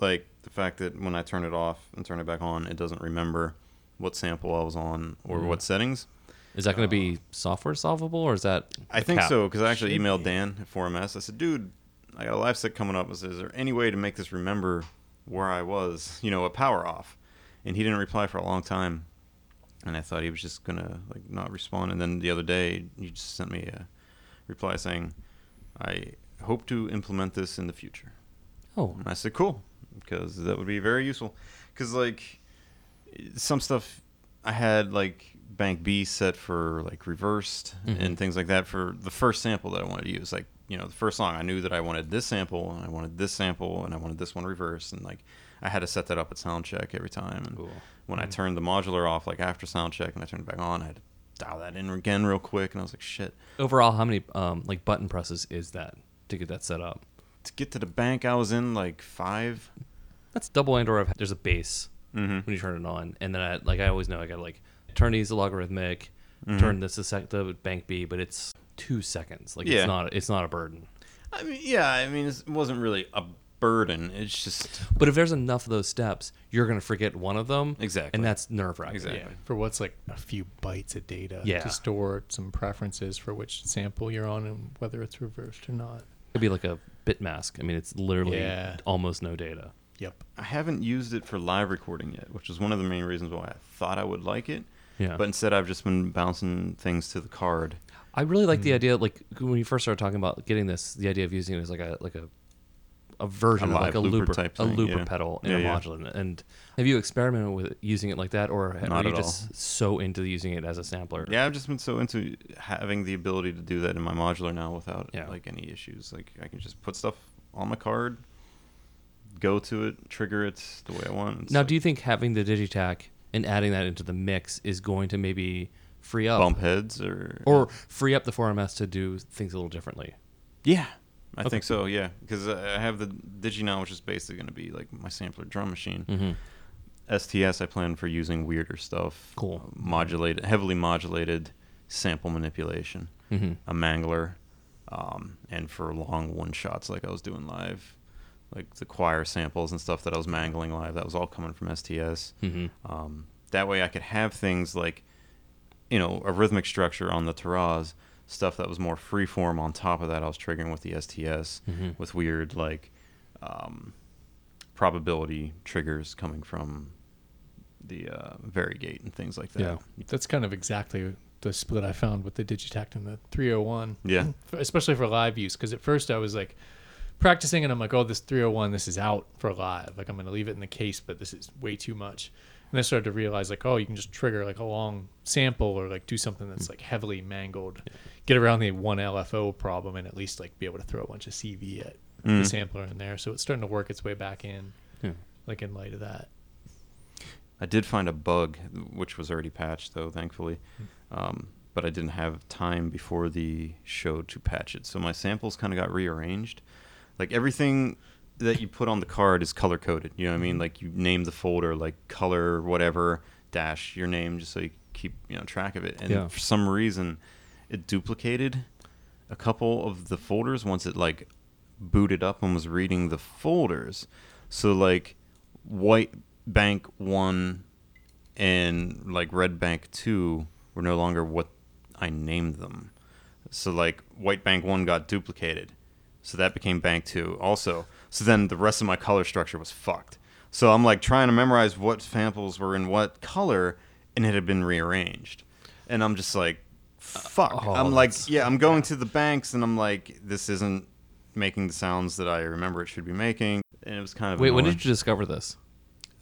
like the fact that when I turn it off and turn it back on, it doesn't remember what sample I was on or what settings.
Is that going to be software solvable, or is that?
Uh, I
a
think
cap?
so because I actually emailed Dan at 4MS. I said, "Dude, I got a live set coming up. I said, is there any way to make this remember where I was? You know, a power off." And he didn't reply for a long time, and I thought he was just gonna like not respond. And then the other day, he just sent me a reply saying, "I hope to implement this in the future."
Oh,
And I said, cool, because that would be very useful. Because, like, some stuff I had, like, Bank B set for, like, reversed and things like that for the first sample that I wanted to use. Like, you know, the first song, I knew that I wanted this sample, and I wanted this sample, and I wanted this one reversed. And, like, I had to set that up at sound check every time. And
Cool.
when I turned the modular off, like, after sound check, and I turned it back on, I had to dial that in again real quick. And I was like, shit.
overall, how many um, like button presses is that to get that set up?
To get to the bank, I was in, like, five.
That's double and or if there's a bass
Mhm.
when you turn it on, and then I like I always know I gotta like turn these to logarithmic,
Mm-hmm.
turn this to sec to bank B, but it's two seconds. Like
Yeah.
it's not it's not a burden.
I mean, yeah, I mean, it's- it wasn't really a burden. It's just
But if there's enough of those steps, you're gonna forget one of them.
Exactly.
and that's nerve wracking.
Exactly.
Yeah. For what's like a few bytes of data
Yeah.
to store some preferences for which sample you're on and whether it's reversed or not.
It'd be like a bit mask. I mean, it's literally
Yeah.
almost no data.
Yep.
I haven't used it for live recording yet, which is one of the main reasons why I thought I would like it.
Yeah.
But instead, I've just been bouncing things to the card.
I really like the
Mm.
idea, like when you first started talking about getting this, the idea of using it as like a like a a version
A
of like a
live
looper,
looper type
a
thing,
looper
yeah.
pedal in
Yeah,
a
yeah.
module. And- And have you experimented with using it like that, or are
Not
you
at
just so into using it as a sampler?
Yeah, I've just been so into having the ability to do that in my modular now without
Yeah.
like any issues. Like I can just put stuff on my card, go to it, trigger it the way I want. It's
Now,
like
do you think having the Digitac and adding that into the mix is going to maybe free up
bump heads or
or free up the 4MS to do things a little differently?
yeah, I
Okay.
think so. Yeah, because I I have the Digi now, which is basically going to be like my sampler drum machine.
Mm-hmm.
STS I plan for using weirder stuff.
Cool.
Modulated, heavily modulated sample manipulation,
Mm-hmm.
a mangler, um, and for long one shots like I was doing live, like the choir samples and stuff that I was mangling live. That was all coming from STS.
Mm-hmm.
Um, that way I could have things like, you know, a rhythmic structure on the Taraz, stuff that was more freeform on top of that I was triggering with the STS,
Mhm.
with weird like um, probability triggers coming from the uh, variegate and things like that.
Yeah.
That's kind of exactly the split I found with the Digitact and the 301.
Yeah.
Especially for live use. Because at first I was like practicing and I'm like, oh, this 301, this is out for live. Like I'm going to leave it in the case, but this is way too much. And I started to realize like, oh, you can just trigger like a long sample or like do something that's like heavily mangled, get around the one LFO problem and at least like be able to throw a bunch of CV at the
Mm.
sampler in there. So it's starting to work its way back in,
Yeah.
like in light of that.
I did find a bug, which was already patched though, thankfully. Um, but I didn't have time before the show to patch it, so my samples kind of got rearranged. Like everything that you put on the card is color coded. You know what I mean? Like you name the folder like color whatever dash your name, just so you keep you know track of it. And
Yeah.
for some reason, it duplicated a couple of the folders once it like booted up and was reading the folders. So like white bank one and like red bank two were no longer what I named them. So like white bank one got duplicated. So that became bank two also. So then the rest of my color structure was fucked. So I'm like trying to memorize what samples were in what color and it had been rearranged. And I'm just like fuck.
Oh,
I'm like
that's-
yeah, I'm going to the banks and I'm like this isn't making the sounds that I remember it should be making. And it was kind of
Wait, when
annoying.
did you discover this?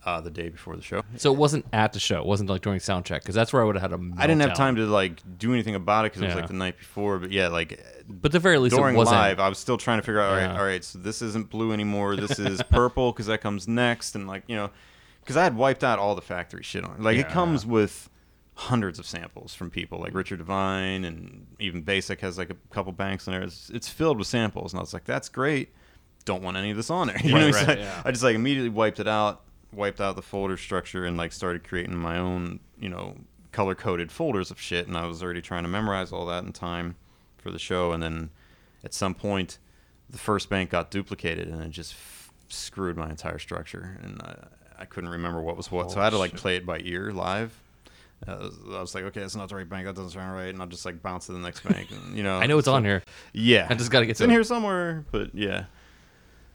uh, the day before the show.
So it wasn't at the show. It wasn't like during sound check because that's where I would have had a.
I didn't have
meltdown.
time to like do anything about it because it was
Yeah.
like the night before. But yeah, like
But at the very least,
during
it wasn't.
live, I was still trying to figure out. All right,
Yeah.
all right. So this isn't blue anymore. This is purple because that comes next, and like you know, because I had wiped out all the factory shit on. it. Like it
Yeah.
comes with hundreds of samples from people like Richard Devine and even Basic has like a couple banks in there. It's, it's filled with samples, and I was like, that's great. Don't want any of this on there. You know,
Right,
what I'm
right,
saying?
yeah.
I just like immediately wiped it out, wiped out the folder structure, and like started creating my own, you know, color coded folders of shit. And I was already trying to memorize all that in time for the show. And then at some point, the first bank got duplicated, and it just f- screwed my entire structure. And I, I couldn't remember what was what, so I had to like play it by ear live. Uh, I was like, okay, that's not the right bank. That doesn't sound right. And I'll just like bounce to the next bank. And, you know,
I know it's on here.
Yeah,
I just gotta get
it's
to
in
it.
here somewhere. But yeah,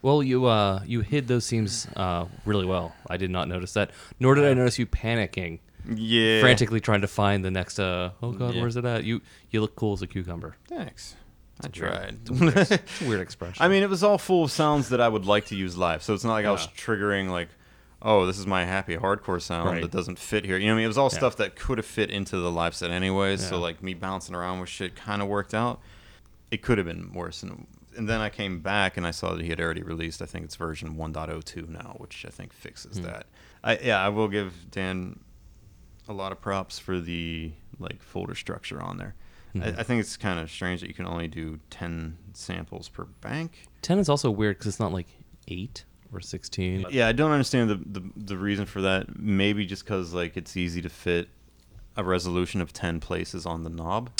Well, you uh, you hid those seams uh, really well. I did not notice that, nor did I notice you panicking,
yeah,
frantically trying to find the next. Uh, oh God,
Yeah.
where's it at? You you look cool as a cucumber.
Thanks. I
It's weird.
tried.
It's a weird, ex- it's a weird expression.
I mean, it was all full of sounds that I would like to use live. So it's not like I was
Yeah.
triggering like, oh, this is my happy hardcore sound
Right.
that doesn't fit here. You know what I mean? It was all
Yeah.
stuff that could have fit into the live set anyways. So
Yeah.
like me bouncing around with shit kind of worked out. It could have been worse. And and then I came back and I saw that he had already released. I think it's version 1.02 now, which I think
Hmm.
fixes that. I, yeah, I will give Dan a lot of props for the like folder structure on there.
Hmm.
I, I think it's kind of strange that you can only do ten samples per bank.
ten is also weird because it's not like eight or sixteen.
Yeah, I don't understand the the, the reason for that. Maybe just because like it's easy to fit a resolution of ten places on the knob.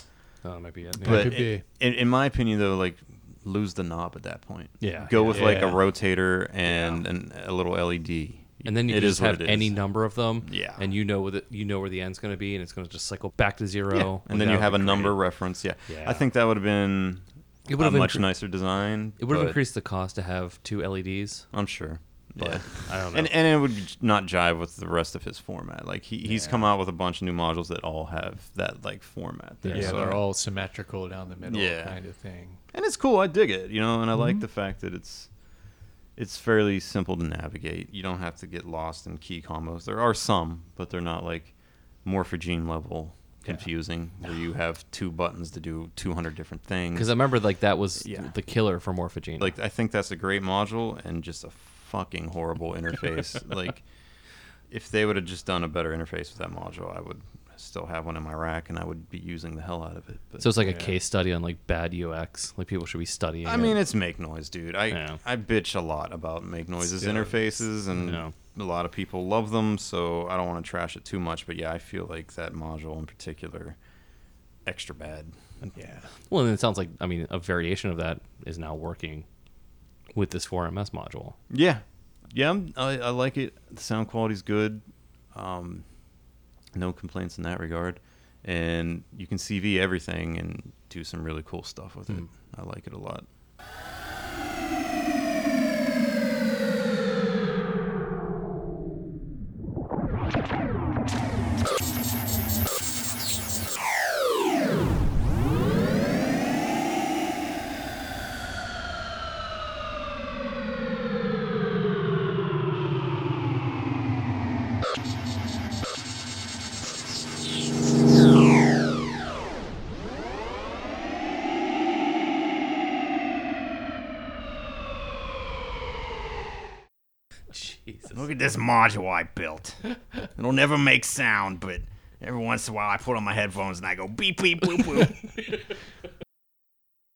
Oh, that might be it. Yeah.
But
could
i-
be.
In, in my opinion, though, like lose the knob at that point.
Yeah,
go
yeah.
with like a
Yeah.
rotator and an, a little LED.
and then you
It
can just
is what
have
it is.
any number of them.
Yeah.
and you know where the, you know where the end's going to be, and it's going to just cycle back to zero.
and then you
without
have a
recreating.
number reference. Yeah.
Yeah.
I think that would have been
It
it
would
would
have
a much
incre-
nicer design.
It would have E
but
increased the cost to have two LEDs.
I'm sure.
but
Yeah.
I don't know.
And, and it would not jive with the rest of his format. Like he, he's come out with a bunch of new modules that all have that like format. There.
yeah,
so-
they're all symmetrical down the middle
Yeah.
kind of thing.
and it's cool. I dig it, you know, and I like the fact that it's it's fairly simple to navigate. You don't have to get lost in key combos. There are some, but they're not like morphogene level confusing where you have two buttons to do 200 different things.
Because I remember like that was
Mm. Yeah.
the killer for Morphogene.
like I think that's a great module and just a fucking horrible interface. like if they would have just done a better interface with that module, I would still have one in my rack and I would be using the hell out of it. But
so it's like
Yeah.
a case study on like bad UX. Like people should be studying.
I
it.
mean, it's make noise, dude. I
Yeah.
I bitch a lot about make noises
Still,
interfaces, and
yeah.
a lot of people love them. So I don't want to trash it too much. But yeah, I feel like that module in particular, extra bad.
Yeah.
well, and it sounds like I mean a variation of that is now working with this 4MS module.
Yeah, yeah, I'm- I, I like it. The sound quality's good. Um, no complaints in that regard, and you can CV everything and do some really cool stuff with it. I like it a lot.
Jesus.
Look at this module I built. It'll never make sound, but every once in a while I put on my headphones and I go beep beep boop boop.